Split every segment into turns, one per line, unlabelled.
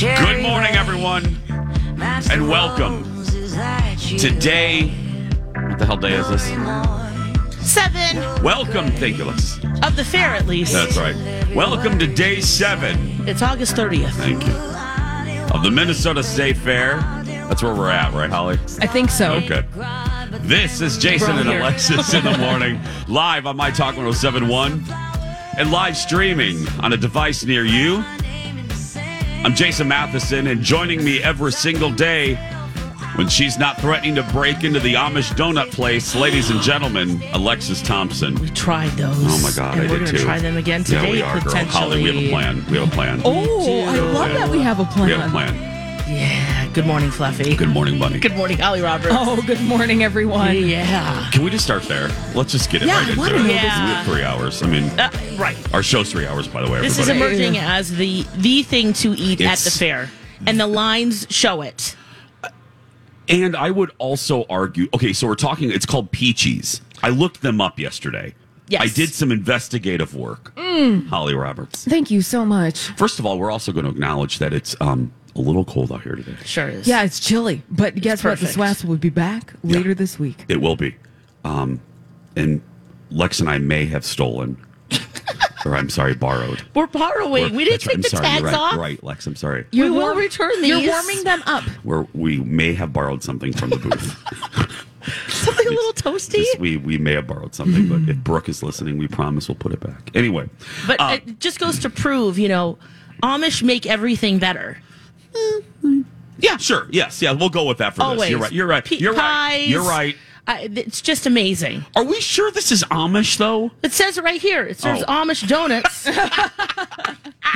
Good morning, everyone. and welcome. Today, what the hell day is this?
seven
Welcome, Thinkulus.
of the fair at least.
That's right. Welcome to day seven.
It's August 30th.
Thank you. Of the Minnesota State Fair. That's where we're at, right, Holly?
I think so.
Okay. This is Jason
We're all
and
here.
Alexis in the morning, live on My Talk 1071 and live streaming on a device near you. I'm Jason Matheson, and joining me every single day when she's not threatening to break into the Amish donut place, ladies and gentlemen, Alexis Thompson.
We tried those.
Oh my God,
And
I
we're
did
gonna
too.
try them again today,
Yeah, we are, girl.
potentially.
Holly, we have a plan. We have a plan.
Oh, I love that we have a plan.
We have a plan.
Yeah. Good morning, Fluffy.
Good morning, Bunny.
Good morning, Holly Roberts.
Oh, good morning, everyone.
Oh, yeah.
Can we just start there? Let's just get it
Yeah,
right
I
into
wanna
it.
know
We
this-
have three hours. I mean,
Uh, right.
our show's three hours, by the way.
This is
everybody.
emerging as the the thing to eat
It's-
at the fair, and the lines show it.
And I would also argue okay, so we're talking, it's called peaches. I looked them up yesterday.
Yes. Mm.
I did some investigative work. Holly Roberts.
Thank you so much.
First of all, we're also going to acknowledge that it's um, a little cold out here today.
Sure is.
Yeah, it's chilly, but guess what? The
perfect.
Swass will be back later this week.
It will be. Um, and Lex and I may have stolen, or I'm sorry, borrowed.
We're borrowing.
We're-
we didn't
that's right,
take the
I'm sorry,
tags
you're right,
off.
you're Right, Lex, I'm sorry.
We will return these.
You're warming them up.
Where we may have borrowed something from the booth.
Something a little toasty.
Just- we we may have borrowed something, but if Brooke is listening, we promise we'll put it back. Anyway,
But
uh,
it just goes to prove, you know, Amish make everything better.
yeah, sure, yes, yeah, we'll go with that for this.
Always.
You're right. You're right.
Pe-
you're right.
pies.
You're right.
I, it's just amazing.
Are we sure this is Amish though?
It says it right here. It serves
Oh.
Amish donuts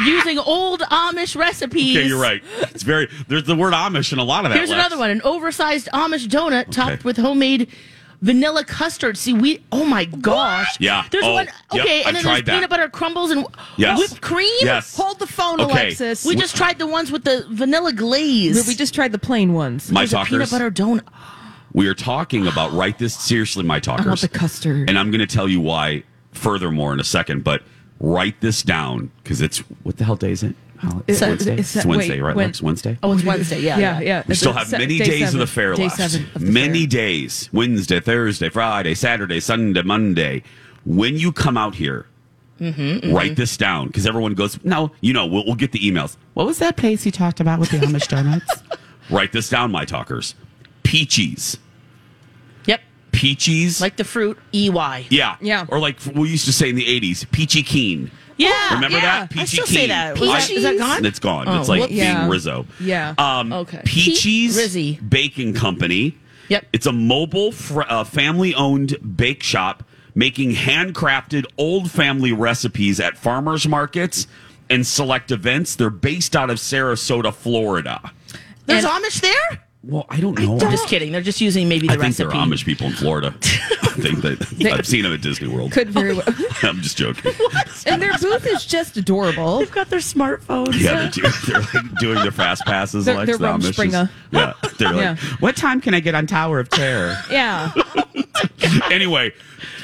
using old Amish recipes.
Okay, you're right. It's very there's the word Amish in a lot of that.
Here's
Lex.
another one: an oversized Amish donut topped with homemade vanilla custard. See, we oh my gosh,
Yeah.
There's
Oh,
one.
yep,
Okay,
I've
and then there's
tried that.
peanut butter crumbles and
Yes.
whipped cream.
Yes.
Hold the phone,
Okay.
Alexis.
We just tried the ones with the vanilla glaze.
we just tried the plain ones.
My
There's a
talkers.
peanut butter donut.
We are talking about write this seriously, my talkers.
want the custard.
and I'm going to tell you why. Furthermore, in a second, but write this down because it's what the hell day is it? How- It's
Oh, It's-
Wednesday.
it's-
it's Wednesday,
wait,
right?
when-
Lex? Wednesday.
Oh, it's Wednesday. Yeah,
Yeah, yeah.
We still have many days of the fair
day
left.
Seven of the
many
fair.
days. Wednesday, Thursday, Friday, Saturday, Sunday, Monday. When you come out here,
Mm-hmm,
write this down because everyone goes, no, you know, we'll, we'll get the emails. What was that place you talked about with the Amish donuts? write this down, my talkers. Peaches.
Yep.
Peaches.
Like the fruit, E ey.
yeah.
Yeah.
Or like we used to say in the 80s, peachy keen.
Ah, Yeah.
Remember
yeah.
that?
I still
keen.
say that. Was that- is that gone?
It's gone.
Oh,
it's like
whoops.
being
Yeah.
Rizzo.
Yeah.
Um,
Okay.
Peachy's
Pete Rizzy.
Baking Company.
Yep.
It's a mobile, fr- uh, family-owned bake shop making handcrafted old family recipes at farmers markets and select events. They're based out of Sarasota, Florida.
There's
And-
Amish there?
Well, I don't know. I,
I'm just kidding. They're just using maybe the
I think
recipe.
they're Amish people in Florida. I think that I've seen them at Disney World.
Could very well.
I'm just joking.
and their booth is just adorable.
They've got their smartphones.
Yeah, they're, do, they're like doing their fast passes.
They're-
Lex,
they're
the
Rome
Amish is-
Springer.
Yeah, they're
Yeah.
like, what time can I get on Tower of Terror?
Yeah.
anyway,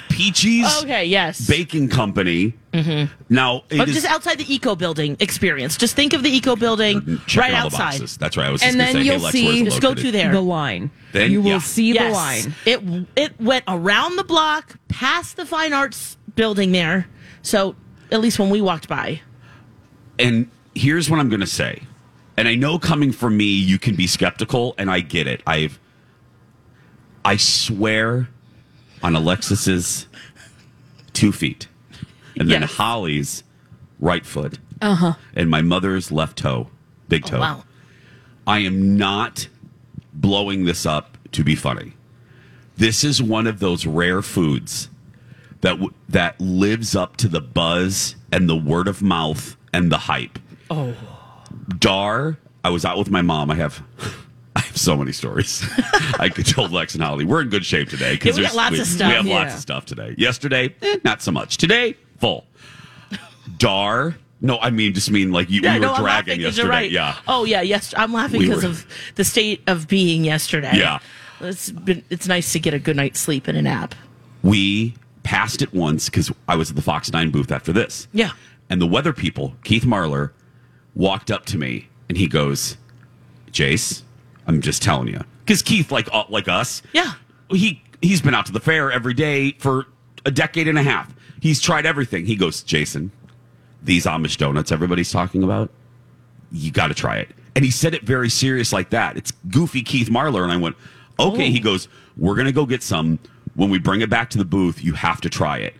Peachy's
Okay, yes.
Baking Company. Now,
But
it is
just outside the eco building experience. Just think of the eco building
checking
right
all the
outside.
boxes. That's right. I was
And
just going
then
to say, hey,
you'll
Lex, where's
see-
it
Just go to
located?
there.
the line.
Then-
you will
yeah.
see the
Yes.
line.
It it went around the block, past the fine arts building there. So at least when we walked by.
And here's what I'm going to say. And I know coming from me, you can be skeptical, and I get it. I've, I swear on Alexis's two feet and then
Yes.
Holly's right foot uh-huh. and my mother's left toe, big toe.
Oh, wow.
I am not blowing this up to be funny. This is one of those rare foods that w- that lives up to the buzz and the word of mouth and the hype. Oh, Dar, I was out with my mom. I have. I have so many stories. I could tell Lex and Holly. We're in good shape today
Yeah, we
there's-
got lots
we,
of stuff.
We have lots
Yeah.
of stuff today. Yesterday, eh, not so much. Today, full. Dar, no, I mean just mean like you,
Yeah,
we were
no, I'm laughing
dragging
'cause
yesterday.
you're right.
Yeah,
Oh yeah, yes. I'm laughing
We
because
were-
of the state of being yesterday.
Yeah.
It's been it's nice to get a good night's sleep and a nap.
we passed it once because I was at the Fox Nine booth after this.
Yeah.
And the weather people, Keith Marlar, walked up to me and he goes, "Jace, I'm just telling you." Because Keith, like uh, like us,
Yeah.
he he's been out to the fair every day for a decade and a half. He's tried everything. He goes, Jason, these Amish donuts everybody's talking about, you got to try it. And he said it very serious like that. It's goofy Keith Marlar, and I went, okay.
Oh.
He goes, we're gonna go get some. When we bring it back to the booth, you have to try it.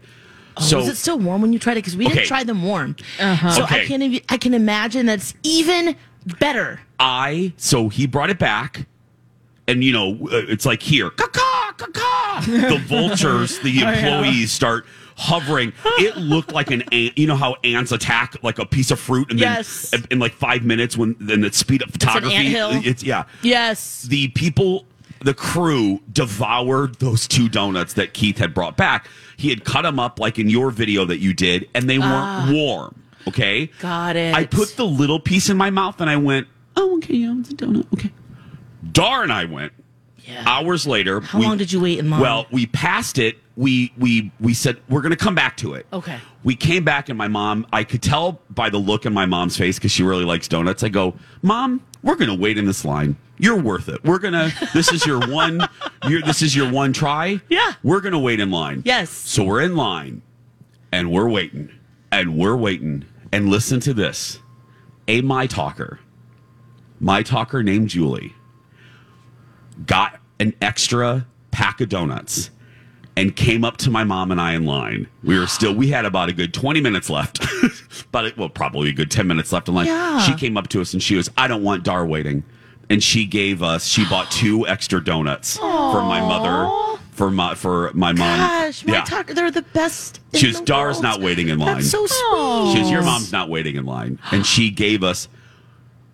so
was Oh, it still warm when you tried it? Because we
Okay.
didn't try them warm. Uh-huh. So
Okay.
I can't. Even, I can imagine that's even better.
I so he brought it back, and you know uh, it's like here, caw caw. The vultures, the
Oh,
employees start hovering. It looked like an ant. You know how ants attack like a piece of fruit, and
Yes.
then in, in like five minutes when then the speed of photography.
anthill.
it's yeah.
Yes.
The people, the crew devoured those two donuts that Keith had brought back. He had cut them up like in your video that you did, and they weren't warm. Okay.
Ah. Got it.
I put the little piece in my mouth and I went, oh, okay, yeah, it's a donut. Okay. Dar and I went.
Yeah.
Hours later.
How long did you wait in line?
Well, we passed it. We we we said we're going to come back to it.
Okay.
We came back and my mom. I could tell by the look in my mom's face because she really likes donuts. I go, Mom, we're going to wait in this line. You're worth it. We're gonna. This is your one. Your, this is your one try.
Yeah.
We're gonna wait in line.
Yes.
So we're in line, and we're waiting, and we're waiting, and listen to this. A my talker, my talker named Julie got an extra pack of donuts and came up to my mom and I in line. We were still, we had about a good 20 minutes left, but it, well, probably a good 10 minutes left in line.
Yeah.
She came up to us and she was, I don't want Dar waiting. And she gave us, she bought two extra donuts for my mother, for my, for my mom.
Gosh, my
Yeah.
talk, they're the best. in
She was,
the
Dar's
world.
not waiting in line.
That's so sweet.
She goes, Your mom's not waiting in line. And she gave us,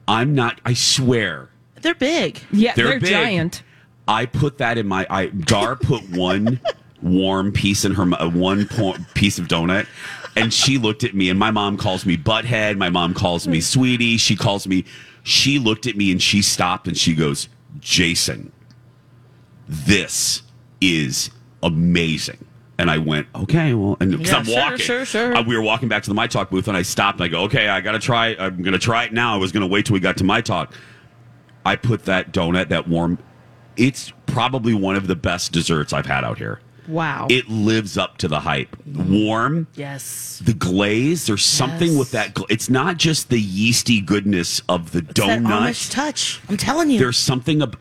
I'm not, I swear,
They're big.
Yeah,
They're
they're,
big.
giant.
I put that in my. I Dar put one warm piece in her mou- one po- piece of donut, and she looked at me. And my mom calls me butthead. My mom calls me sweetie. She calls me. She looked at me and she stopped and she goes, Jason, this is amazing. And I went, okay, well, and 'cause
Yeah,
I'm
sure,
walking.
sure, sure.
I- we were walking back to the My Talk booth, and I stopped and I go, okay, I got to try. I'm going to try it now. I was going to wait till we got to My Talk. I put that donut, that warm. It's probably one of the best desserts I've had out here.
Wow.
It lives up to the hype. Warm,
Yes.
the glaze. There's something
Yes.
with that. Gla- it's not just the yeasty goodness of the
It's that
donut.
Amish touch. I'm telling you.
There's something. Ab-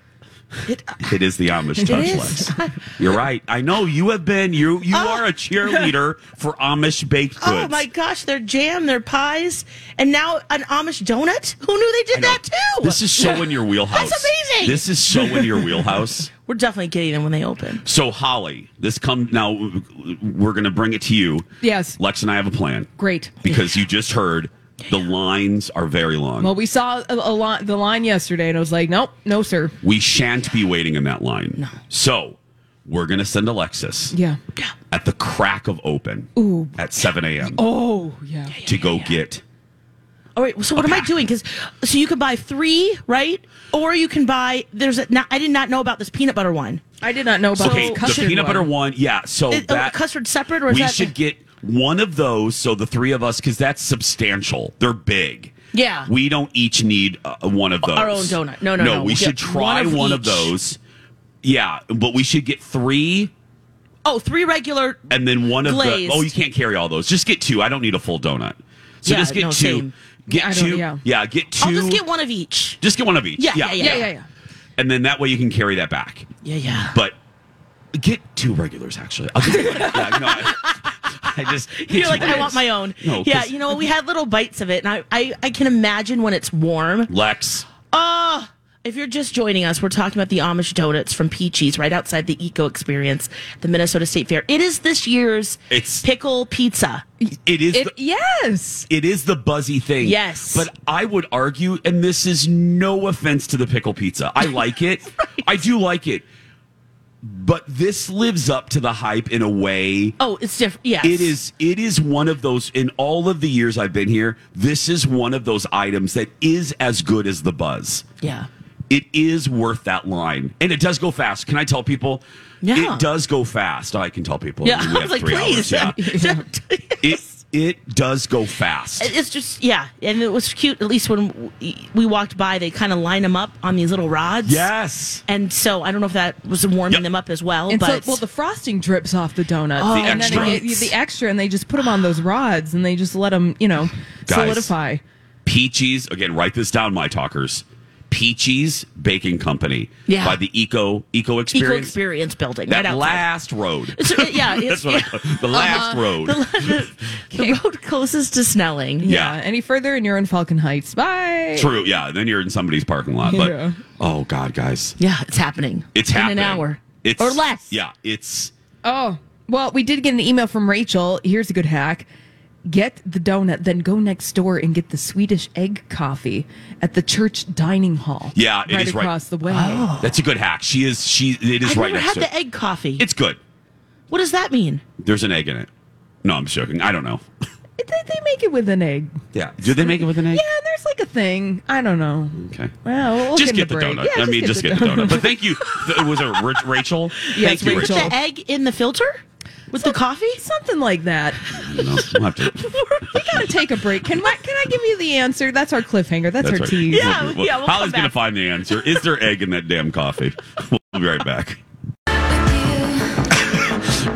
It-
it is the Amish touch,
is.
Lex. You're right. I know you have been. You you
Oh.
are a cheerleader for Amish baked goods.
Oh my gosh, their jam, their pies, and now an Amish donut? Who knew they
I
did
know.
that too?
This is so in your wheelhouse.
That's amazing.
This is so in your wheelhouse.
We're definitely getting them when they open.
So Holly, this come now. We're going to bring it to you.
Yes.
Lex and I have a plan.
Great.
Because you just heard the lines are very long.
Well, we saw a, a lot, the line yesterday, and I was like, nope, no, sir.
we shan't be waiting in that line. No. So we're going to send Alexis
Yeah.
at the crack of open at seven a.m.
Oh, yeah.
to go get.
All right, so what am I doing? Because so you can buy three, right? Or you can buy. There's a, now, I did not know about this peanut butter one.
I did not know about
okay,
the
the
custard
peanut
one.
butter one. Yeah. So
Is- oh,
that
custard separate, or is
we
that-
should get one of those. So the three of us, because that's substantial. They're big.
Yeah.
We don't each need uh, one of those.
Our own donut. No, no,
no.
no.
We
We'll
should
get
try
one
one
of
of,
each.
those. Yeah, but we should get three
Oh, three regular.
and then one of
Glazed.
the. Oh, you can't carry all those. Just get two. I don't need a full donut. So
Yeah,
just get
no,
two.
same.
I
Get
don't-
two.
yeah.
get 2
I'll just get one of each.
Just get one of each.
Yeah, yeah,
Yeah, yeah, yeah.
And then that way you can carry that back.
Yeah, yeah.
But get two regulars, actually. I'll get yeah, no, I, I just.
You're like, I want my own.
No,
yeah,
'cause-
you know, what? we had little bites of it, and I, I, I can imagine when it's warm. Ah,
Lex.
If you're just joining us, we're talking about the Amish donuts from Peachy's right outside the Eco Experience, the Minnesota State Fair. It is this year's
It's-
pickle pizza.
It is.
It,
the,
yes.
it is the buzzy thing.
Yes.
But I would argue, and this is no offense to the pickle pizza. I like it. I do like it. But this lives up to the hype in a way.
Oh, it's different. Yes,
It is it is one of those in all of the years I've been here, this is one of those items that is as good as the buzz.
Yeah.
It is worth that line. And it does go fast. Can I tell people?
Yeah.
It does go fast. I can tell people.
Yeah,
We have
I was like,
three
please.
hours, yeah. it
It-
it does go fast.
it's just yeah, and it was cute. At least when w- we walked by, they kind of line them up on these little rods.
Yes.
and so I don't know if that was warming
Yep.
them up as well,
And
but
so, well, the frosting drips off the donut.
Oh,
and then
extra.
they get the extra, and they just put them on those rods, and they just let them, you know,
Guys.
solidify.
Peachy's, again, write this down, my talkers. Peachy's Baking Company.
Yeah.
By the Eco Eco Experience.
Eco Experience building
That
right outside.
last road.
So, it- yeah, Uh-huh. it's,
That's what I call the last road.
the road closest to Snelling.
Yeah.
Uh, Any further, and you're in Falcon Heights. Bye.
True. Yeah. Then you're in somebody's parking lot. But
Yeah.
oh god, guys,
Yeah, it's happening.
it's
in
happening.
an hour
It's
or less.
Yeah. It's
Oh, well, we did get an email from Rachel. Here's a good hack. Get the donut, then go next door and get the Swedish egg coffee at the church dining hall.
Yeah, it
right
is right- Oh.
across the way.
that's a good hack. She is. She. It is
I've
right next
never had
to.
the
it.
egg coffee.
It's good.
what does that mean?
There's an egg in it. No, I'm joking. I don't know.
It- They, they make it with an egg.
Yeah. Do they make it with an egg?
Yeah, and there's like a thing. I don't know.
Okay.
Well, we'll
just
give
get
him
the
a break.
donut.
Yeah,
I
just
mean,
get
just
the
get the donut.
donut.
But thank you. Th- Was it Rach- Rachel?
Yes,
thank you,
Rachel.
The egg in the filter with the coffee.
Something like that.
No, we'll have to-
we gotta take a break. Can I, can I give you the answer? That's our cliffhanger. That's, our
right.
tease.
Yeah,
We'll do- we'll-
yeah, we'll
Holly's
come
gonna
back.
find the answer. Is there egg in that damn coffee? We'll be right back.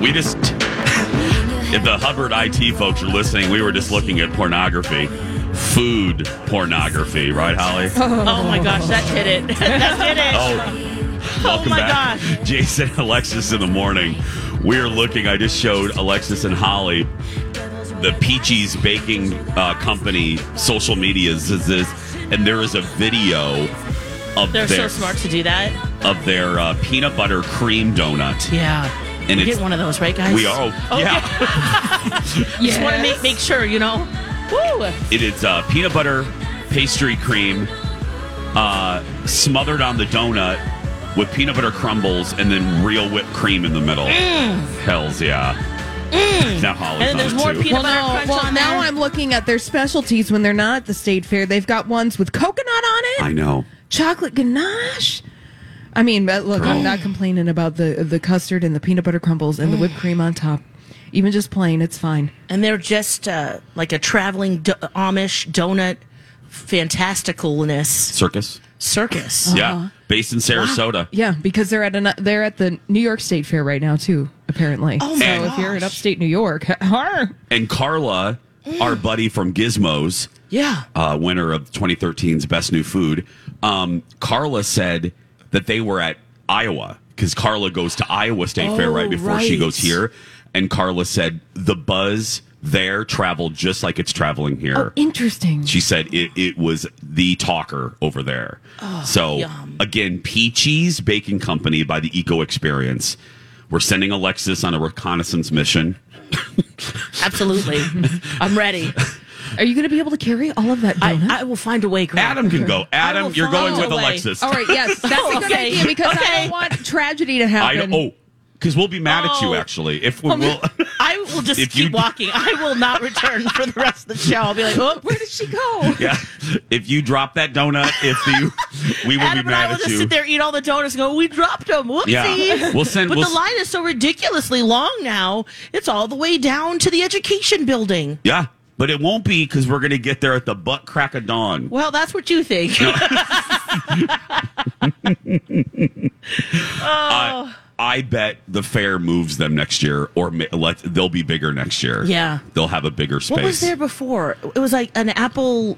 We just, if the Hubbard IT folks are listening, we were just looking at pornography, food pornography, right, Holly?
Oh, my gosh, that hit it. that hit it. Oh
Oh, welcome
my
back,
gosh.
Jason and Alexis in the morning. We are looking. I just showed Alexis and Holly the Peachy's Baking uh, Company social medias is this, and there is a video of
They're so
their
smart to do that.
of their uh, peanut butter cream donut.
Yeah.
And
we
it's-
get one of those, right, guys?
We are,
Okay.
yeah.
Just want to make make sure, you know. Woo!
It is uh, peanut butter pastry cream uh, smothered on the donut with peanut butter crumbles and then real whipped cream in the middle. Hells yeah. Now Holly's
Mm. And
on
there's
it
more
too.
peanut butter crunch
well
on there.
now I'm looking at their specialties when they're not at the state fair. They've got ones with coconut on it,
I know.
chocolate ganache. I mean, but look, I'm
Oh.
not complaining about the the custard and the peanut butter crumbles
Oh.
and the whipped cream on top. Even just plain, it's fine.
and they're just uh, like a traveling do- Amish donut fantasticalness
Circus.
circus.
Yeah. Based in Sarasota.
Yeah, because they're at an, they're at the New York State Fair right now too. Apparently,
Oh my
so if you're in
gosh.
upstate New York, har.
And Carla, our
Mm.
buddy from Gizmos,
Yeah.
uh, winner of 2013's Best New Food, um, Carla said that they were at Iowa because Carla goes to Iowa State Fair right before she
Oh, right.
goes here. And Carla said the buzz there traveled just like it's traveling
Oh,
here.
interesting.
she said it, it was the talker over there. so,
Oh, yum.
again, Peachy's Baking Company by the Eco Experience. We're sending Alexis on a reconnaissance mission.
Absolutely. I'm ready.
Are you going to be able to carry all of that donut?
I, I will find a way, Greg.
Adam can go. Adam,
will
you're going
find
with
a way.
Alexis.
all right, yes, that's a good
Okay.
idea because I
Okay.
don't want tragedy to
I
happen.
don't. Oh, because we'll be mad at you
Oh.
actually if we will.
I will just
If you-
keep walking. I will not return for the rest of the show. I'll be like, oh,
Where did she go?
yeah, if you drop that donut, if you, we will
Adam
be
and I
mad
will
at
just
you.
sit there, eat all the donuts, and go, we dropped them. Whoopsies.
Yeah. We'll send-
but
we'll
the
s-
line is so ridiculously long now, it's all the way down to the education building.
Yeah, but it won't be because we're gonna get there at the butt crack of dawn.
Well, that's what you think.
I, I bet the fair moves them next year, or ma- let they'll be bigger next year.
Yeah.
they'll have a bigger space.
What was there before? It was like an apple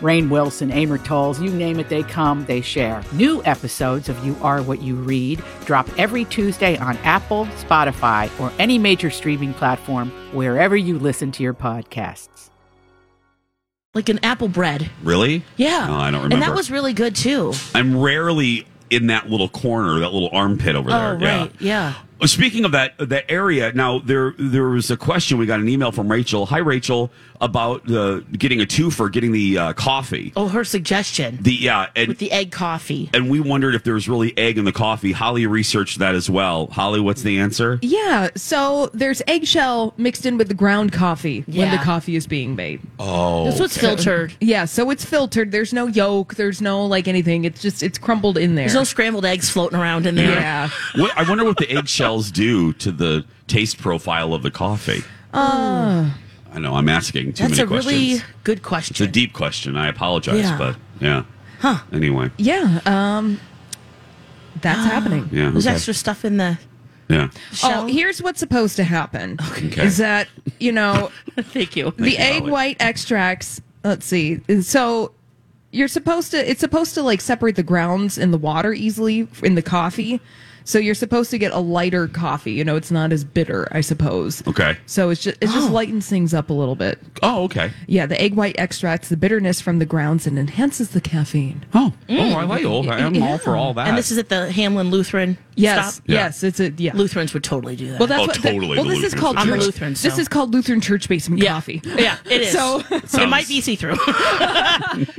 Rain Wilson, Amor Tolls, you name it, they come, they share. New episodes of You Are What You Read drop every Tuesday on Apple, Spotify, or any major streaming platform wherever you listen to your podcasts.
like an apple bread.
Really?
Yeah.
No, I don't remember.
And that was really good too.
I'm rarely in that little corner, that little armpit over
Oh,
there. Yeah.
right. Yeah.
Well, Speaking of that that area, now there there was a question we got an email from Rachel. Hi Rachel about the getting a two for getting the uh, coffee.
Oh, her suggestion
The yeah, and
with the egg coffee.
and we wondered if there was really egg in the coffee. Holly researched that as well. Holly, what's the answer?
Yeah, so there's eggshell mixed in with the ground coffee when
Yeah.
the coffee is being made.
Oh.
That's what's filtered.
Yeah, so it's filtered. There's no yolk. There's no like anything. It's just it's crumbled in there.
There's no scrambled eggs floating around in there.
yeah.
What, I wonder what the eggshells do to the taste profile of the coffee. I know I'm asking too
Uh, That's
many
a
questions.
really good
it's a
question.
deep question. I apologize,
Yeah.
but yeah. Huh. Anyway,
Yeah. Um, that's
Ah.
happening.
yeah.
There's
okay.
extra stuff in the
Yeah.
shell.
Oh, here's what's supposed to happen.
Okay.
Is that you know
Thank you.
the
you,
egg
Holly.
white extracts? Let's see. So you're supposed to. It's supposed to like separate the grounds and the water easily in the coffee. So you're supposed to get a lighter coffee. You know, it's not as bitter, I suppose.
Okay.
So it's just it just lightens things up a little bit.
Oh, okay.
Yeah, the egg white extracts the bitterness from the grounds and enhances the caffeine.
Oh, oh, I like old. I'm all for all that.
And this is at the Hamlin Lutheran.
Yes,
stop.
Yeah.
yes, it's a yeah.
Lutherans would totally do that.
Well, that's
Oh,
what
totally,
Well,
the
this
Lutherans
is called
would do
church-
that. I'm a
Lutheran,
This
so-
is called Lutheran church basement
yeah.
coffee.
Yeah, it is.
So-
it might be see through.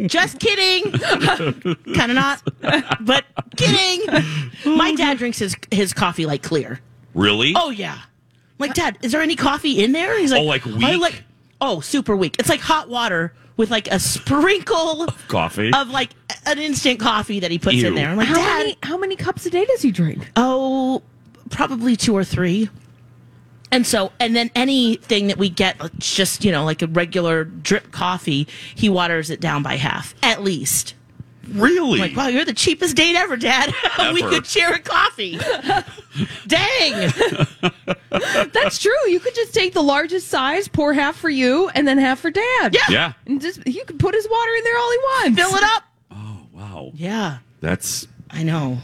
Just kidding. kind of not, but kidding. My dad drinks his his coffee like clear.
really.
Oh yeah. I'm like, Dad, is there any coffee in there? He's like,
Oh, like
I
weak?
like, oh, super weak. It's like hot water with like a sprinkle
coffee.
of like an instant coffee that he puts
Ew.
in there. I'm like,
how
Dad,
many how many cups a day does he drink?
oh, probably two or three. And so, and then anything that we get, like, just you know, like a regular drip coffee, he waters it down by half at least.
really?
Like, wow, you're the cheapest date ever, Dad. we
Ever.
could share a coffee. Dang.
Uh, That's true. You could just take the largest size, pour half for you, and then half for Dad.
Yeah.
Yeah.
and just he could put his water in there all he wants.
Fill it up.
Wow.
Yeah.
That's
I know.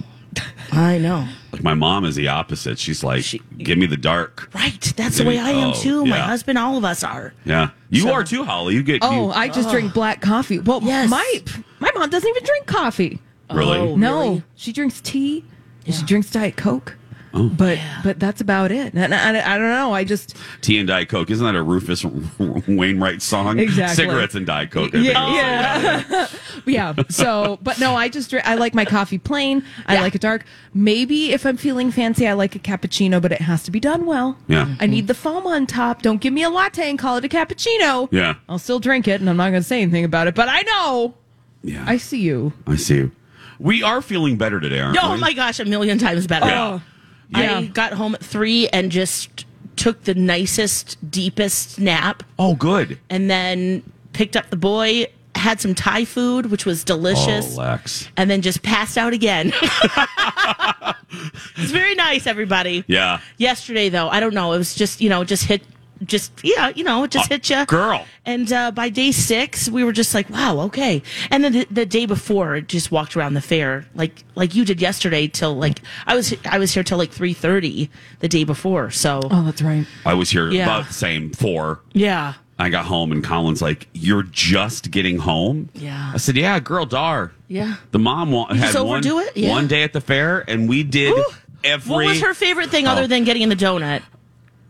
I know.
like my mom is the opposite. She's like,
She-
give me the dark.
Right. That's the way I am
Oh,
too. My
yeah.
husband, all of us are.
Yeah. You
So-
are too, Holly. You get.
Oh,
you,
I just drink black coffee. Well,
Yes.
my my mom doesn't even drink coffee.
really.
Oh.
No,
Really?
she drinks tea. and She drinks diet coke.
Oh.
but but that's about it. And I, I- I don't know. I just
Tea and Diet Coke. Isn't that a Rufus Wainwright song?
Exactly.
Cigarettes and Diet Coke. I think
Yeah,
it was.
yeah. So, but no, I just drink, I like my coffee plain. I like it dark. Maybe if I'm feeling fancy, I like a cappuccino, but it has to be done well.
Yeah.
I need the foam on top. Don't give me a latte and call it a cappuccino.
Yeah.
I'll still drink it, and I'm not going to say anything about it. But I know.
Yeah.
I see you.
I see you. We are feeling better today, aren't
Oh
we?
my gosh, a million times better.
Yeah.
I got home at three and just took the nicest, deepest nap,
oh, good.
and then picked up the boy, had some Thai food, which was delicious,
Oh, Lex.
and then just passed out again. it's very nice, everybody.
Yeah.
Yesterday, though, I don't know. It was just you know, just hit, just yeah, you know, it just
Oh,
hit you,
girl.
And uh, by day six, we were just like, wow, okay. And then the, the day before, it just walked around the fair like like you did yesterday till like I was I was here till like three thirty the day before. So
Oh, that's right.
I was here
Yeah.
about the same four.
yeah,
I got home and Colin's like, "You're just getting home."
Yeah.
I said, "Yeah, girl, dar."
Yeah.
The mom wa- had
just overdo
one,
it? Yeah.
one day at the fair, and we did
Ooh.
every.
What was her favorite thing
Oh.
other than getting the donut?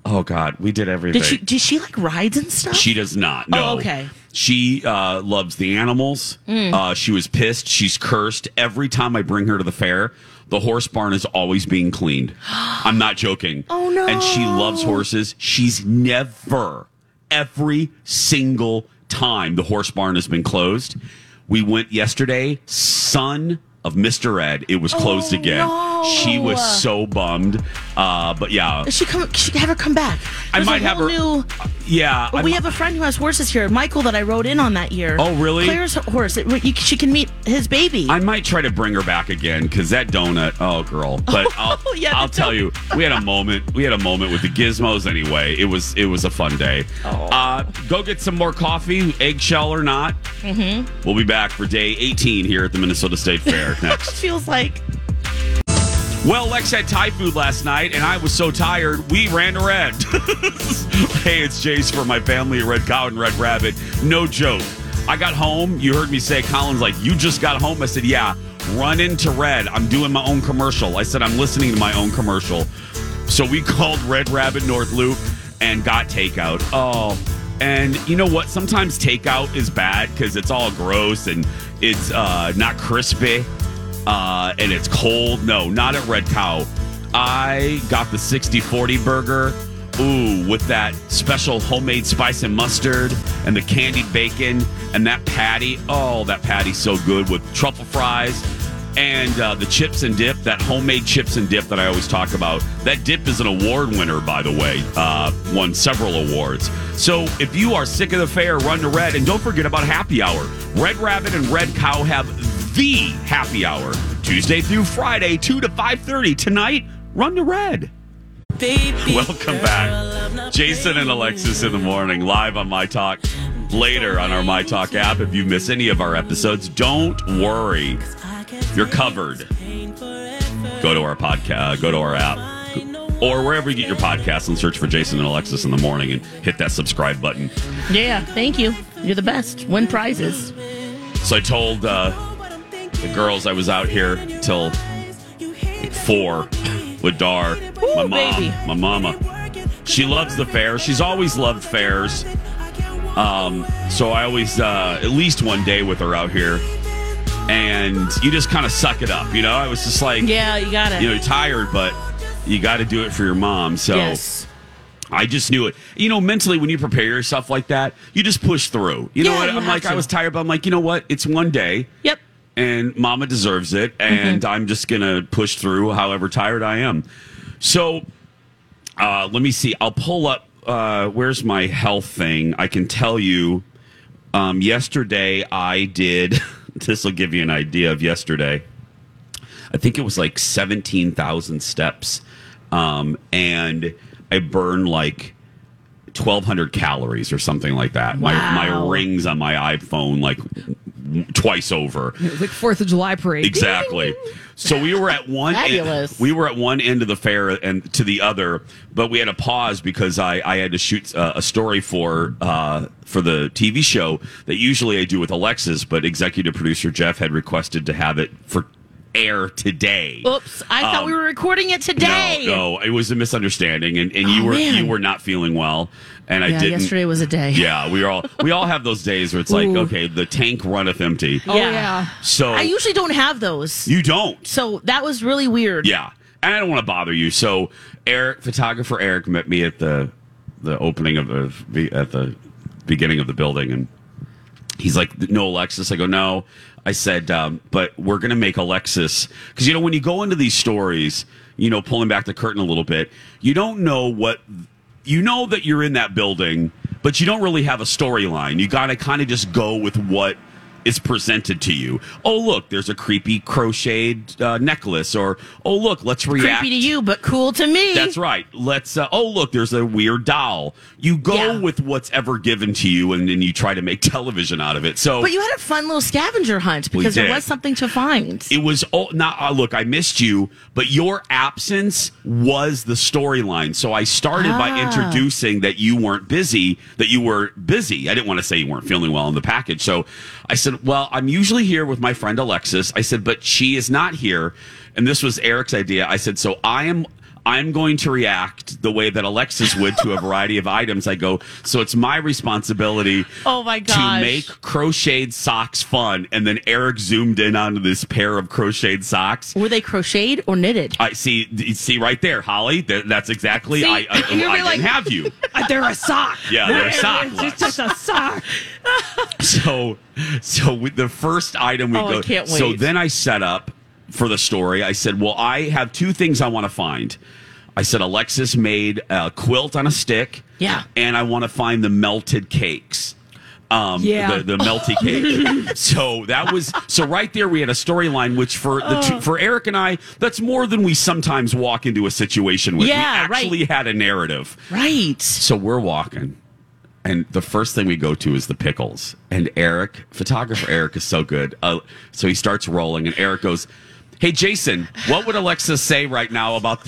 Oh God, we did everything.
Did she? Did she like rides and stuff?
She does not. No.
Oh, okay. Mm.
She uh, loves the animals. Uh, she was pissed. She's cursed every time I bring her to the fair. The horse barn is always being cleaned. I'm not joking.
Oh, no.
And she loves horses. She's never, every single time the horse barn has been closed. We went yesterday. Son of Mr. Ed, it was closed
Oh,
again.
no.
She was so bummed. Uh, but yeah,
She come. She have her come back.
I
There's a
might have her.
whole New,
yeah, I
we
mi-
have a friend who has horses here, Michael, that I rode in on that year.
Oh, really?
Claire's horse. It- you- she can meet his baby.
I might try to bring her back again because that donut, oh girl. But I'll,
yeah, the
I'll tell you, we had a moment. We had a moment with the gizmos. Anyway, it was it was a fun day. Uh, go get some more coffee, eggshell or not. We'll be back for day 18 here at the Minnesota State Fair next.
feels like.
Well, Lex had Thai food last night, and I was so tired, we ran to Red. hey, it's Jace for my family, Red Cow and Red Rabbit. No joke. I got home. You heard me say, Colin's like, you just got home. I said, yeah, run into Red. I'm doing my own commercial. I said, I'm listening to my own commercial. So we called Red Rabbit North Loop and got takeout. Oh, and you know what? Sometimes takeout is bad because it's all gross and it's uh, not crispy uh, and it's cold. No, not at Red Cow. I got the 60 40 burger. Ooh, with that special homemade spice and mustard and the candied bacon and that patty. Oh, that patty's so good with truffle fries and uh, the chips and dip, that homemade chips and dip that I always talk about. That dip is an award winner, by the way, uh, won several awards. So if you are sick of the fair, run to Red. And don't forget about happy hour. Red Rabbit and Red Cow have the happy hour tuesday through friday 2 to 5.30 tonight run to red welcome back jason and alexis in the morning live on my talk later on our my talk app if you miss any of our episodes don't worry you're covered go to our podcast go to our app or wherever you get your podcast and search for jason and alexis in the morning and hit that subscribe button
Yeah. Thank you. You're the best. Win prizes.
so i told uh, the girls i was out here till four with Dar, my mom,
baby.
my mama. She loves the fair. She's always loved fairs. Um, so I always uh, at least one day with her out here, and you just kind of suck it up, you know. I was just like,
Yeah, you got it.
you know, you're tired, but you got to do it for your mom. So
yes.
I just knew it. You know, mentally, when you prepare yourself like that, you just push through. You know
Yeah,
what?
you
I'm
have
like, I
to.
was tired, but I'm like, you know what? It's one day
Yep.
and mama deserves it and i'm just gonna push through however tired i am so uh, let me see i'll pull up uh, where's my health thing i can tell you um, yesterday i did this will give you an idea of yesterday i think it was like 17000 steps um, and i burned like 1200 calories or something like that my, my
Wow.
rings on my iphone like w- twice over
Like Fourth of July parade.
Exactly. So we were at one end,
Fabulous.
we were at one end of the fair and to the other, but we had a pause because I, I had to shoot uh, a story for uh, for the TV show that usually I do with Alexis, but executive producer Jeff had requested to have it for air today.
Oops. I thought we were recording it Oh, today.
Um, No, no, it was a misunderstanding, and, and you
Oh,
were
man.
you were not feeling well, and I
Yeah.
didn't.
Yesterday was a day.
Yeah, we are all we all have those days where it's like,
Ooh.
okay, the tank runneth empty.
Oh,
Yeah.
yeah.
So
I usually don't have those.
you don't.
So that was really weird.
Yeah, and I don't want to bother you. So, Eric, photographer Eric, met me at the the opening of the at the beginning of the building, and he's like, "No, Alexis." I go, "No." I said, um, "But we're gonna make Alexis because you know when you go into these stories, you know, pulling back the curtain a little bit, you don't know what you know that you're in that building, but you don't really have a storyline. You gotta kind of just go with what." is presented to you. Oh, look, there's a creepy crocheted uh, necklace, or oh, look, let's react.
Creepy to you, but cool to me.
That's right. Let's. Uh, oh, look, there's a weird doll. You go
Yeah.
with what's ever given to you, and then you try to make television out of it. So
But you had a fun little scavenger hunt because there
did.
was something to find.
it was all not. Uh, look, I missed you, but your absence was the storyline. So I started by introducing that you weren't busy, that you were busy. I didn't want to say you weren't feeling well in the package. So I said, "Well, I'm usually here with my friend Alexis." I said, "But she is not here," and this was Eric's idea. I said, "So I am." I'm going to react the way that Alexis would to a variety of items. I go, so it's my responsibility
Oh my
to
gosh.
make crocheted socks fun. And then Eric zoomed in onto this pair of crocheted socks.
Were they crocheted or knitted?
I see, d- see right there, Holly. th- That's exactly I, I, I,
you'd be
didn't
like-
have you.
They're a sock.
Yeah, they're sock
It's
locks.
just a sock.
so so with the first item we
Oh, I
go
can't
so
wait.
then i set up for the story i said well i have two things i want to find i said alexis made a quilt on a stick
Yeah.
and i want to find the melted cakes um
Yeah.
the, the melty cake so that was so right there we had a storyline which for the
Oh.
two, for eric and i that's more than we sometimes walk into a situation with
Yeah,
we
right.
actually had a narrative
right.
so we're walking, and the first thing we go to is the pickles. And Eric, photographer Eric, is so good. Uh, so he starts rolling, and Eric goes, "Hey Jason, what would Alexis say right now about?"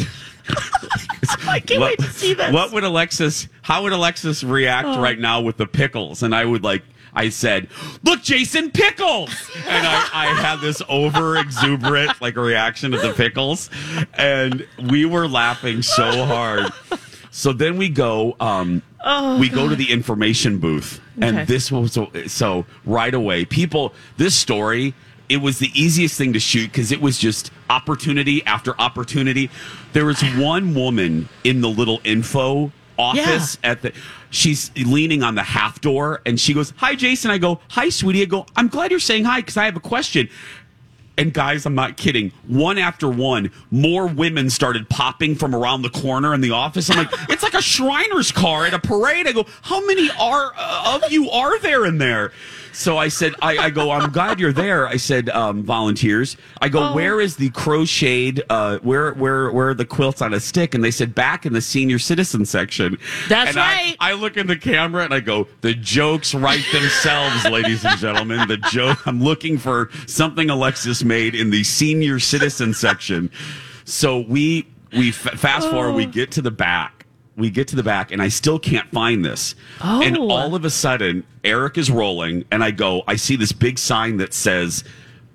I can't
what,
wait to see this. Oh.
What would Alexis? How would Alexis react right now with the pickles? And I would like. I said, "Look, Jason, pickles!" And I, I had this over exuberant like reaction to the pickles, and we were laughing so hard. So then we go, um, we go to the information booth,
Oh, Okay.
and this was so right away. People, this story, it was the easiest thing to shoot because it was just opportunity after opportunity. There was one woman in the little info office at the. She's leaning on the half door, and she goes, "Hi, Jason." I go, "Hi, sweetie." I go, "I'm glad you're saying hi because I have a question." And guys, I'm not kidding. One after one, more women started popping from around the corner in the office. I'm like, it's like a Shriners car at a parade. I go, how many are uh, of you are there in there? So I said, I, I go, I'm glad you're there. I said, um, volunteers. I go, where is the crocheted? Uh, where where where are the quilts on a stick? And they said, back in the senior citizen section.
That's
And I-
right.
I look in the camera and I go, the jokes write themselves, ladies and gentlemen. The joke. I'm looking for something Alexis made in the senior citizen section. So we we f- fast forward.
Oh.
We get to the back. We get to the back, and I still can't find this. And
Oh.
all of a sudden, Eric is rolling, and I go, I see this big sign that says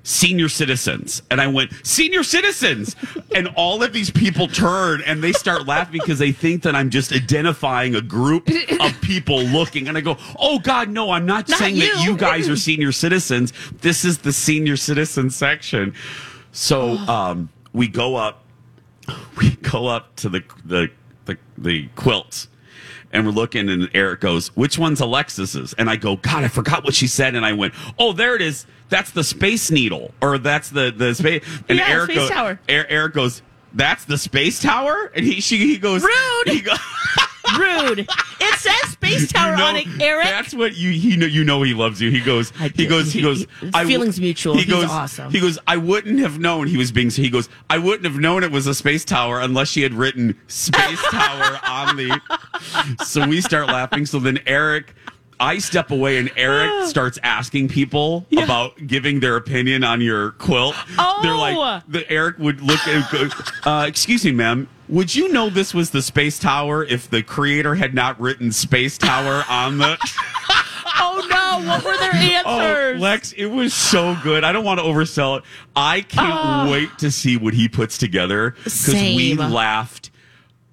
senior citizens. And I went, senior citizens. and all of these people turn and they start laughing because they think that I'm just identifying a group of people looking. And I go, oh God, no, I'm not,
Not
saying that
you.
you guys are senior citizens. This is the senior citizen section. So um, we go up we go up to the the the, the quilts and we're looking and Eric goes, which one's Alexis's? And I go, God, I forgot what she said. And I went, oh, there it is. That's the space needle or that's the, the space. And
Yeah,
Eric,
space
goes,
tower.
Er- Eric goes, that's the space tower. And he, she, he goes,
Rude.
He goes,
Rude. It says space tower
you know,
on it, Eric.
That's what you he know you know he loves you. He goes
I
he
do.
goes he
He-
goes
he- it's
w-
feelings mutual. He's awesome.
He goes I wouldn't have known he was being he goes I wouldn't have known it was a space tower unless she had written space tower on the So we start laughing so then Eric I step away and Eric starts asking people about giving their opinion on your quilt. They're
Oh.
like, the Eric would look and go, uh, excuse me, ma'am. Would you know this was the space tower if the creator had not written space tower on the?
Oh no, what were their
Oh,
answers?
Lex, it was so good. I don't want to oversell it. I can't wait to see what he puts together because we
Ah. Same.
laughed.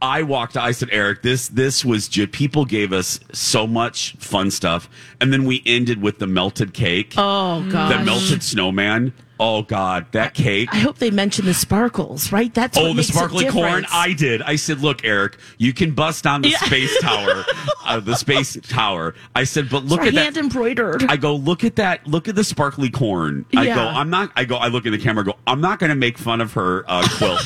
I walked. I said, Eric, this this was just people gave us so much fun stuff, and then we ended with the melted cake,
oh gosh.
the melted snowman. Oh God, that cake.
I hope they mention the sparkles, right? That's
Oh,
what
the
makes it
sparkly corn!
different.
I did. I said, "Look, Eric, you can bust on the
Yeah.
space tower, uh, the space tower." I said, "But look
Our
at
hand
that."
embroidered.
I go, "Look at that! Look at the sparkly corn!" I go,
Yeah.
"I'm not." I go, "I look in the camera. I go, I'm not going to make fun of her uh, quilt."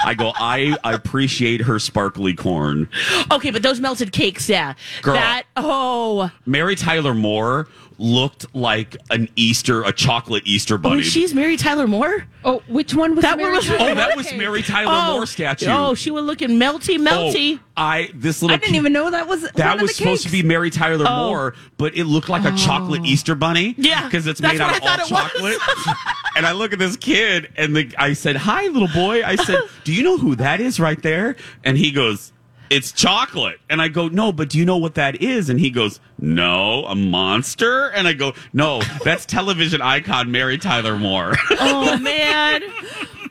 I go, "I appreciate her sparkly corn."
okay, but those melted cakes, yeah.
Girl.
That oh,
Mary Tyler Moore looked like an Easter, a chocolate Easter bunny.
oh she's Mary Tyler Moore.
Oh, which one was
That
Mary
one was-
Tyler
oh, that
Moore?
was
Okay.
Mary Tyler
Oh,
Moore statue.
Oh, she was looking melty, melty.
Oh, I this little
I didn't even know that was one of
That
the
was supposed to
cakes.
be Mary Tyler Moore, but it looked like a chocolate Easter bunny.
Oh. Yeah,
because it's
that's
made
what
out
I
of all
thought it
chocolate. and I look at this kid, and the, I said, "Hi, little boy." I said, "Do you know who that is right there?" And he goes, "It's chocolate." And I go, "No, but do you know what that is?" And he goes, "No, a monster." And I go, "No, that's television icon Mary Tyler Moore."
Oh man.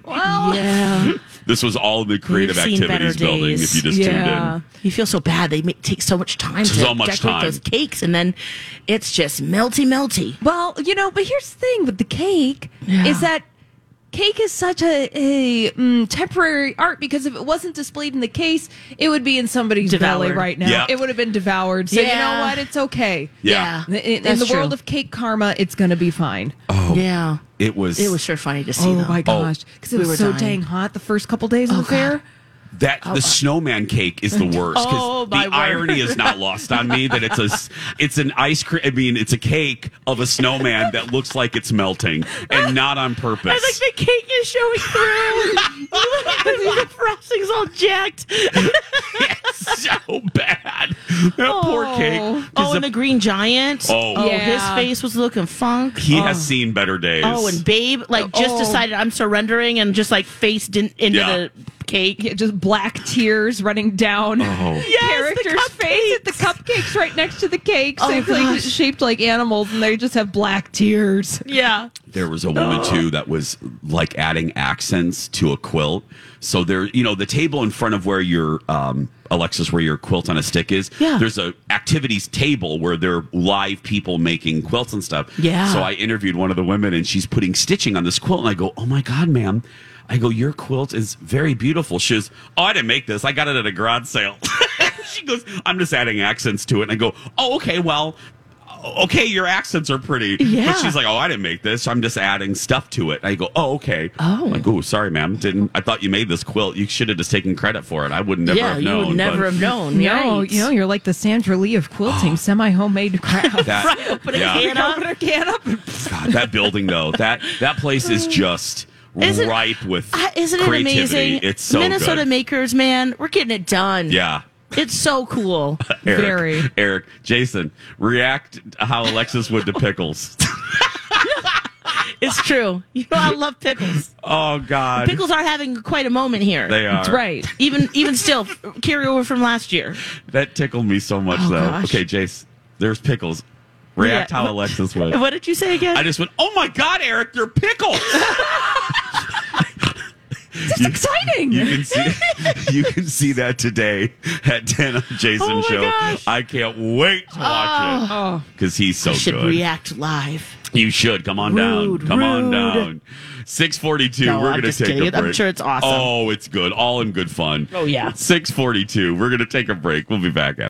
Well, Oh, yeah.
This was all in the creative
We've seen
activities
better
building. If
days.
you just tuned
Yeah.
in.
You feel so bad. They make, take so much time to
So much
decorate
time.
those cakes, and then it's just melty, melty.
Well, you know, but here's the thing with the cake is that cake is such a, a mm, temporary art because if it wasn't displayed in the case, it would be in somebody's belly
Devoured.
right now.
Yeah.
It would have been devoured. So you
Yeah.
know what? It's okay.
Yeah.
In, in
That's
the
true.
world of cake karma, it's going to be fine. Oh,
yeah,
It was.
it was sure funny to see. though.
my gosh. Because it
Oh. We
was
were
so
dying. Oh,
dang hot the first couple days of the fair.
That the snowman cake is the worst because
Oh,
the
my word.
irony is not lost on me that it's a s- it's an ice cream. I mean, it's a cake of a snowman that looks like it's melting and not on purpose.
I like the cake you're showing through. you look at the frosting's all jacked.
so bad. That poor cake.
Oh,
Just
and
a-
the green giant.
Oh.
Yeah.
his face was looking funk.
he has seen better days.
Oh, and Babe like just
Oh.
decided I'm surrendering and just like faced in, into
Yeah.
the cake.
Yeah, just black tears running
Oh.
down
Yes, the
characters' face. The cupcakes right next to the cake,
Oh,
shaped like,
gosh.
shaped like animals, and they just have black tears.
Yeah.
There was a woman too that was like adding accents to a quilt. So there, you know, the table in front of where your um, Alexis, where your quilt on a stick is.
Yeah.
There's a activities table where there are live people making quilts and stuff.
Yeah.
So I interviewed one of the women, and she's putting stitching on this quilt, and I go, "Oh my god, ma'am." I go, your quilt is very beautiful. She goes, oh, I didn't make this. I got it at a garage sale. she goes, I'm just adding accents to it. And I go, oh, okay, well, okay, your accents are pretty.
Yeah.
But she's like, oh, I didn't make this. I'm just adding stuff to it. I go, oh, okay.
Oh.
I'm like, oh, sorry, ma'am. Didn't I thought you made this quilt? You should have just taken credit for it. I would never
yeah,
have
you
known.
would never
but-
have known.
No,
right.
you know, you're like the Sandra Lee of quilting, semi homemade crafts.
That,
Open a
yeah.
can up.
Open her can up.
God, that building though, that that place is just
Isn't-
ripe with
Ah, Isn't it
creativity.
amazing?
It's so
Minnesota
good.
makers, man, we're getting it done.
yeah.
It's so cool.
Eric,
Very.
Eric, Jason, react how Alexis would to pickles.
It's true. You know, I love pickles.
oh God,
Pickles are having quite a moment here.
they are.
That's right.
even even still, carry over from last year.
That tickled me so much though.
Oh, gosh.
Okay, Jace, there's pickles. React
Yeah.
how Alexis would.
What did you say again?
I just went, oh my God, Eric, they're pickles.
It's exciting.
You can see, you can see that today at ten on Jason
Oh my
Show.
gosh.
I can't wait to watch
oh,
it because he's so
should
good.
react live.
You should come on
Rude,
down. Come on
rude.
down. Six forty-two.
No,
we're
I'm
going to
just
take
kidding.
a
I'm
break.
sure it's awesome.
Oh, it's good. All in good fun.
Oh, yeah.
Six forty-two. We're going to take a break. We'll be back. After.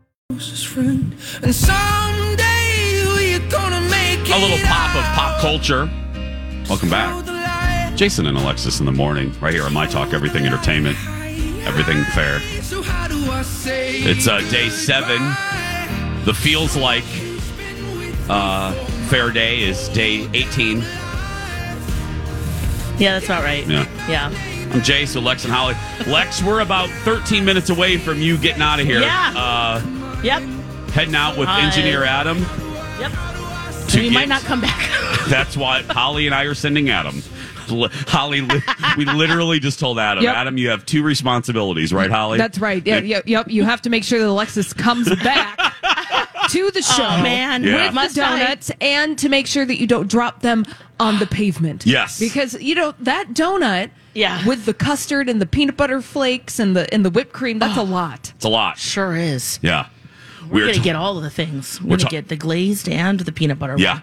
And someday we're gonna make
A little pop of pop culture. Welcome back. Jason and Alexis in the morning, right here on My Talk Everything Entertainment. Everything fair.
So how do I say
It's uh, day seven. The feels like uh, fair day is day 18.
Yeah, that's about right.
Yeah.
Yeah.
I'm Jace, with Lex, and Holly. Lex, we're about 13 minutes away from you getting out of here.
Yeah.
Uh,
Yep.
heading out with
Hi.
engineer Adam.
Yep.
to
we
get-
might not come back.
That's why Holly and I are sending Adam. L- Holly, li- we literally just told Adam,
Yep.
Adam, you have two responsibilities, right, Holly?
that's right. Yeah, yeah, yep. You have to make sure that Alexis comes back to the show.
oh man,
Yeah.
With
With
must
the donuts and to make sure that you don't drop them on the pavement.
Yes.
Because you know that donut
Yeah.
with the custard and the peanut butter flakes and the and the whipped cream, that's
Oh.
a lot.
It's a lot.
I? Sure is.
Yeah.
We're, gonna
ta-
get all of the things. We're,
ta-
gonna get the glazed and the peanut butter.
Yeah.
one.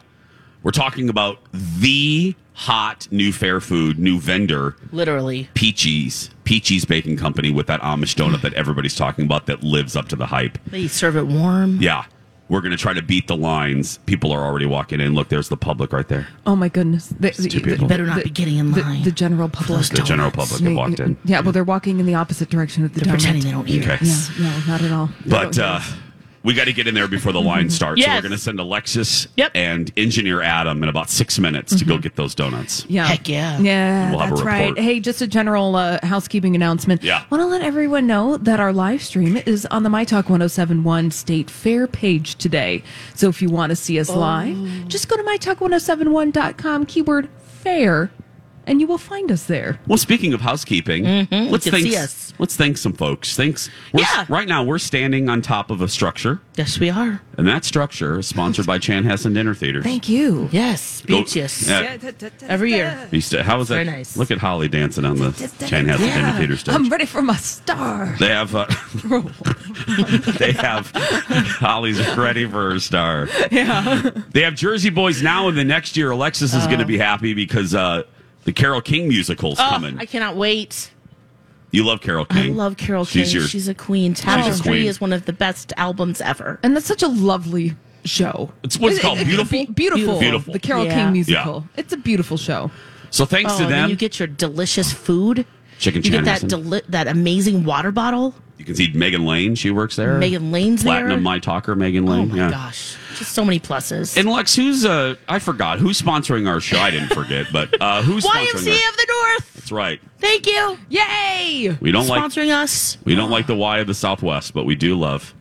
We're talking about the hot new fair food, new vendor,
Literally.
Peachy's, Peachy's Baking Company with that Amish donut that everybody's talking about that lives up to the hype.
They serve it warm.
Yeah. We're going to try to beat the lines. People are already walking in. Look, there's the public right there.
Oh my goodness. The,
two people.
Better not be getting in
the-
line.
The, general public.
Those
The general
donuts.
public have walked in.
Yeah, well, they're walking in the opposite direction of the
They're
donut.
pretending they don't hear
Okay.
us.
No, not at all.
But uh, We got to get in there before the line starts. So
Yes.
we're going to send Alexis
Yep.
and engineer Adam in about six minutes to go get those donuts.
Yeah.
Heck yeah.
Yeah,
We'll have a
that's right.
report.
Hey, just a general uh, housekeeping announcement.
Yeah.
Want to let everyone know that our live stream is on the My Talk 1071 State Fair page today. So if you want to see
Oh.
us live, just go to mytalk1071.com, keyword fair, and you will find us there.
Well, speaking of housekeeping, let's
Mm-hmm. you can
thank
see us.
let's thank some folks. Thanks. We're,
Yeah.
Right now, we're standing on top of a structure,
Yes, we are.
and that structure is sponsored by Chanhassen Dinner Theater.
Thank you.
Yes.
Go-
Beauteous.
Yeah.
Every year.
Used to- how is that?
Very nice.
Look at Holly dancing on the Chanhassen Dinner Theater stage.
I'm ready for my star.
They have. Uh, they have. Holly's ready for her star. Yeah. They have Jersey Boys now, and the next year Alexis is going to be happy because uh, the Carol King musical's
Oh,
coming.
I cannot wait.
you love Carol King.
I love Carol King.
She's
She's,
your-
a queen. Tower
your
of Three
queen.
is one of the best albums ever.
And that's such a lovely show.
It's what's called Beautiful?
Be- beautiful.
Beautiful.
The Carol
Yeah.
King
Yeah.
musical. It's a beautiful show.
So thanks
Oh,
to
and then
them,
you get your delicious food.
Chicken
You get that
Chanhassen.
deli- that amazing water bottle.
You can see Megan Lane. She works there.
Megan Lane's
Platinum
there.
My Talker, Megan
Oh
Lane.
my
yeah.
gosh, just so many pluses.
And Lex, who's uh I forgot who's sponsoring our show. I didn't forget, but uh who's
YMCA of
sponsoring our-
the North.
That's right.
Thank you.
Yay!
We don't like
Sponsoring us.
we don't like the Y of the Southwest, but we do love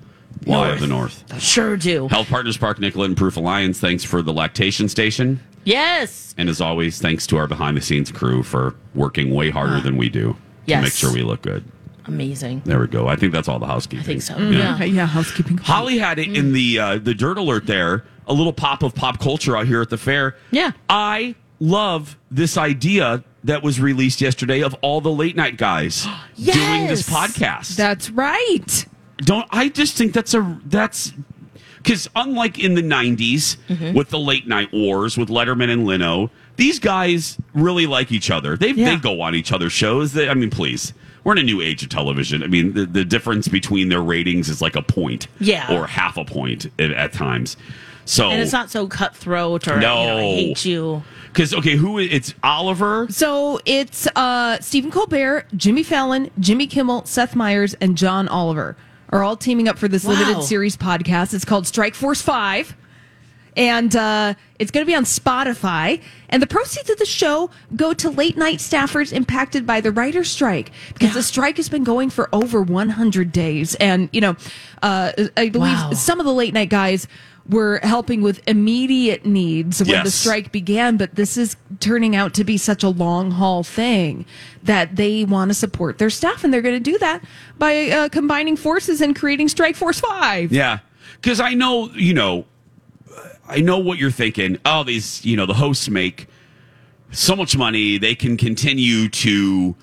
Y of the North.
Sure do.
Health Partners Park Nicollet and Proof Alliance, thanks for the lactation station.
Yes.
And as always, thanks to our behind the scenes crew for working way harder than we do
Ah. Yes.
to make sure we look good.
Amazing.
There we go. I think that's all the housekeeping.
I think so. Mm-hmm.
Yeah.
Yeah.
Yeah, housekeeping.
Holly had it in the uh, the dirt alert there. A little pop of pop culture out here at the fair.
Yeah.
I love this idea that was released yesterday of all the late night guys doing this
Yes!
podcast.
That's right.
Don't I just think that's a that's because unlike in the 90s
Mm-hmm.
with the late night wars with Letterman and Leno, these guys really like each other. They
Yeah.
they go on each other's shows. They, I mean, please. We're in a new age of television. I mean, the, the difference between their ratings is like a point
Yeah.
or half a point at, at times. So
And it's not so cutthroat or you know, I
No.
hate you.
cuz okay, who it's Oliver
So it's uh, Stephen Colbert, Jimmy Fallon, Jimmy Kimmel, Seth Meyers, and John Oliver are all teaming up for this
Wow.
limited series podcast. It's called Strike Force Five, and uh, it's going to be on Spotify. And the proceeds of the show go to late night staffers impacted by the writer's strike because the strike has been going for over 100 days. And you know, uh, I believe
Wow.
some of the late night guys were helping with immediate needs when the
Yes.
strike began, but this is turning out to be such a long haul thing that they want to support their staff, and they're going to do that by uh, combining forces and creating Strike Force Five.
Yeah. Because I know, you know, I know what you're thinking. Oh, these, you know, the hosts make so much money. They can continue to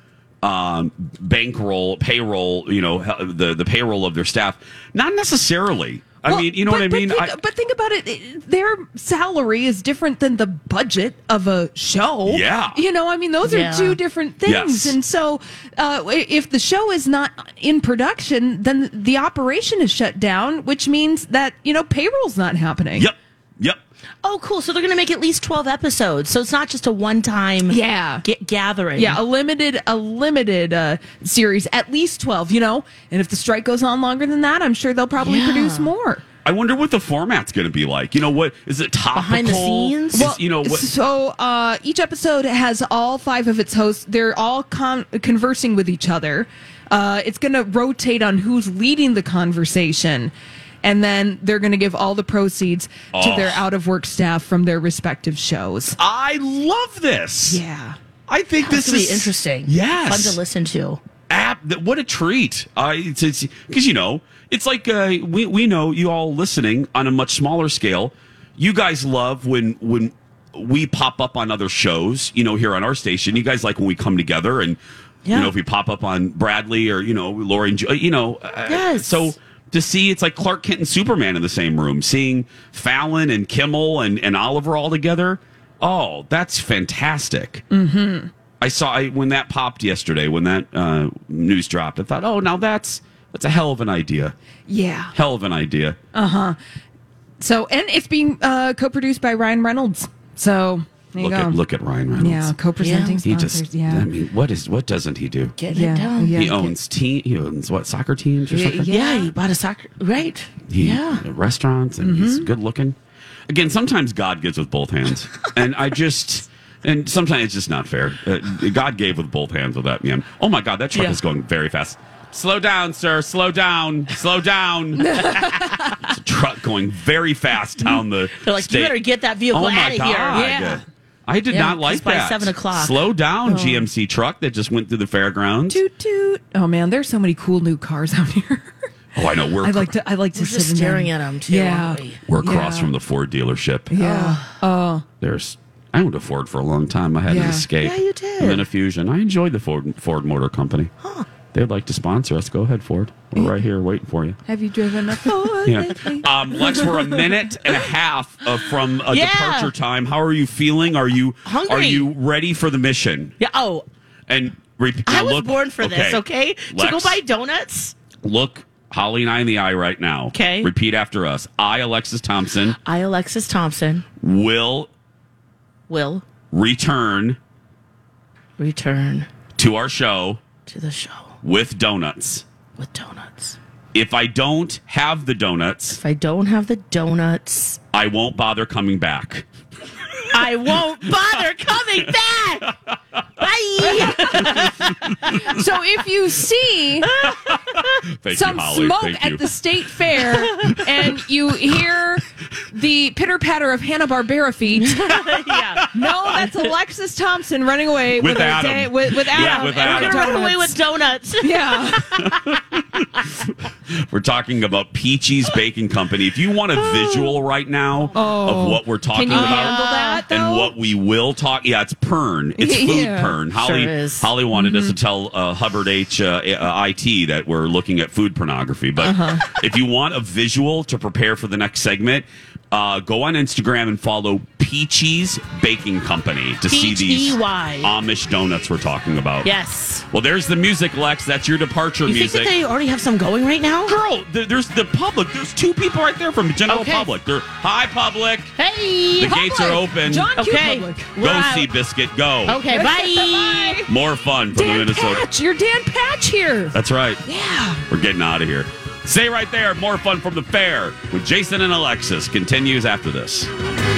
um, bankroll, payroll, you know, he- the, the payroll of their staff. Not necessarily. I
Well,
mean, you know
but,
what I
but
mean?
Think,
I-
but think about it, it- Their salary is different than the budget of a show.
Yeah.
You know, I mean, those
Yeah.
are two different things.
Yes.
And so uh, i- if the show is not in production, then the operation is shut down, which means that, you know, payroll's not happening.
yep. Yep.
Oh, cool. So they're going to make at least 12 episodes. So it's not just a one time
Yeah.
gathering.
Yeah, a limited, a limited uh, series, at least twelve. You know, and if the strike goes on longer than that, I'm sure they'll probably
Yeah.
produce more.
I wonder what the format's going to be like. You know, what is it topical?
Behind the scenes?
Is-
Well,
you know, what,
So uh, each episode has all five of its hosts. They're all con- conversing with each other. Uh, it's going to rotate on who's leading the conversation. And then they're going to give all the proceeds to
Oh.
their out of work staff from their respective shows.
I love this.
Yeah.
I think this
This going
is
to be interesting.
Yes.
Fun to listen to.
app that what a treat i it's because you know it's like uh, we, we know you all listening on a much smaller scale you guys love when when we pop up on other shows you know here on our station you guys like when we come together and you
Yeah.
know if we pop up on bradley or you know Lori and Jo- you know uh,
Yes.
so to see it's like clark kent and superman in the same room seeing fallon and kimmel and, and oliver all together oh that's fantastic I saw I, when that popped yesterday, when that uh, news dropped. I thought, oh, now that's that's a hell of an idea,
Yeah.
hell of an idea.
So, and it's being uh, co produced by Ryan Reynolds. So There you
look at
go.
look at Ryan Reynolds.
yeah, co-presenting
he
sponsors.
just.
yeah,
I mean, what is what doesn't he do?
Get
yeah,
it done.
yeah.
He owns team. He owns what soccer teams or something.
Yeah, he bought a soccer. Right.
He,
yeah. Mm-hmm.
Restaurants and he's good looking. Again, sometimes God gives with both hands, and I just. And sometimes it's just not fair. Uh, God gave with both hands with that man. Oh my God, that truck
Yeah.
is going very fast. Slow down, sir. Slow down. Slow down. it's a truck going very fast down the.
They're like,
state.
you better get that vehicle
oh my
out of
God.
here. Yeah.
I did
Yeah,
not like
just by
that.
7 o'clock. Oh.
Slow down, GMC truck that just went through the fairgrounds.
toot toot. Oh man, there's so many cool new cars out here.
Oh, I know. We're
I like to. I like to.
We're
sit
just
in
staring at 'em, too,
Yeah.
aren't we?
We're across
Yeah.
from the Ford dealership.
Yeah. Oh,
There's I owned a Ford for a long time. I had an
Yeah.
Escape.
Yeah, you did.
And then a Fusion. I enjoyed the Ford Ford Motor Company. They'd like to sponsor us. Go ahead, Ford. We're right here waiting for you.
Have you driven a Ford
Yeah.
lately?
Um, Lex, we're a minute and a half uh, from a
Yeah.
departure time. How are you feeling? Are you
Hungry.
Are you ready for the mission?
Yeah. Oh,
And re-
I
now
was
look-
born for this, okay?
Lex,
To go buy donuts.
look Holly and I in the eye right now.
Okay.
Repeat after us. I, Alexis Thompson,
I, Alexis Thompson,
will
will
return
return
to our show
to the show
with donuts.
with donuts.
If I don't have the donuts,
If I don't have the donuts,
I won't bother coming back.
I won't bother coming back. Bye.
So if you see
Thank
some
you, Holly.
smoke
Thank
at
you.
the state fair and you hear the pitter patter of Hanna Barbera feet,
yeah.
no, that's Alexis Thompson running away
With
with, her
Adam.
day- with, with
Yeah,
Adam.
with
and
I'm
her
gonna run away with
donuts.
donuts.
Yeah,
We're talking about Peachy's Baking Company. If you want a visual right now of what we're talking
Oh. can you
about
handle that? Though?
and what we will talk, yeah, it's Pern. It's food
Yeah.
Pern. Holly,
Sure is. Mm-hmm.
Holly wanted us to tell uh, Hubbard H uh, uh, IT that we're looking at food pornography. But
Uh-huh.
if you want a visual to prepare for the next segment, uh, go on Instagram and follow Peachy's Baking Company to see these
P-E-Y.
Amish donuts we're talking about.
E Yes.
Well, there's the music, Lex. That's your departure
You
music.
think that they already have some going right now?
Girl, th- there's the public. There's two people right there from the general
Okay.
public. They're hi public.
Hey.
The gates are open.
John Q.
Okay.
Public.
go
Wow.
see biscuit. Go.
Okay. Bye.
More fun from the
Dan
Minnesota.
Patch, you're Dan Patch here.
That's right.
Yeah.
We're getting out of here. Say right there. More fun from the fair with Jason and Alexis continues after this.
Thank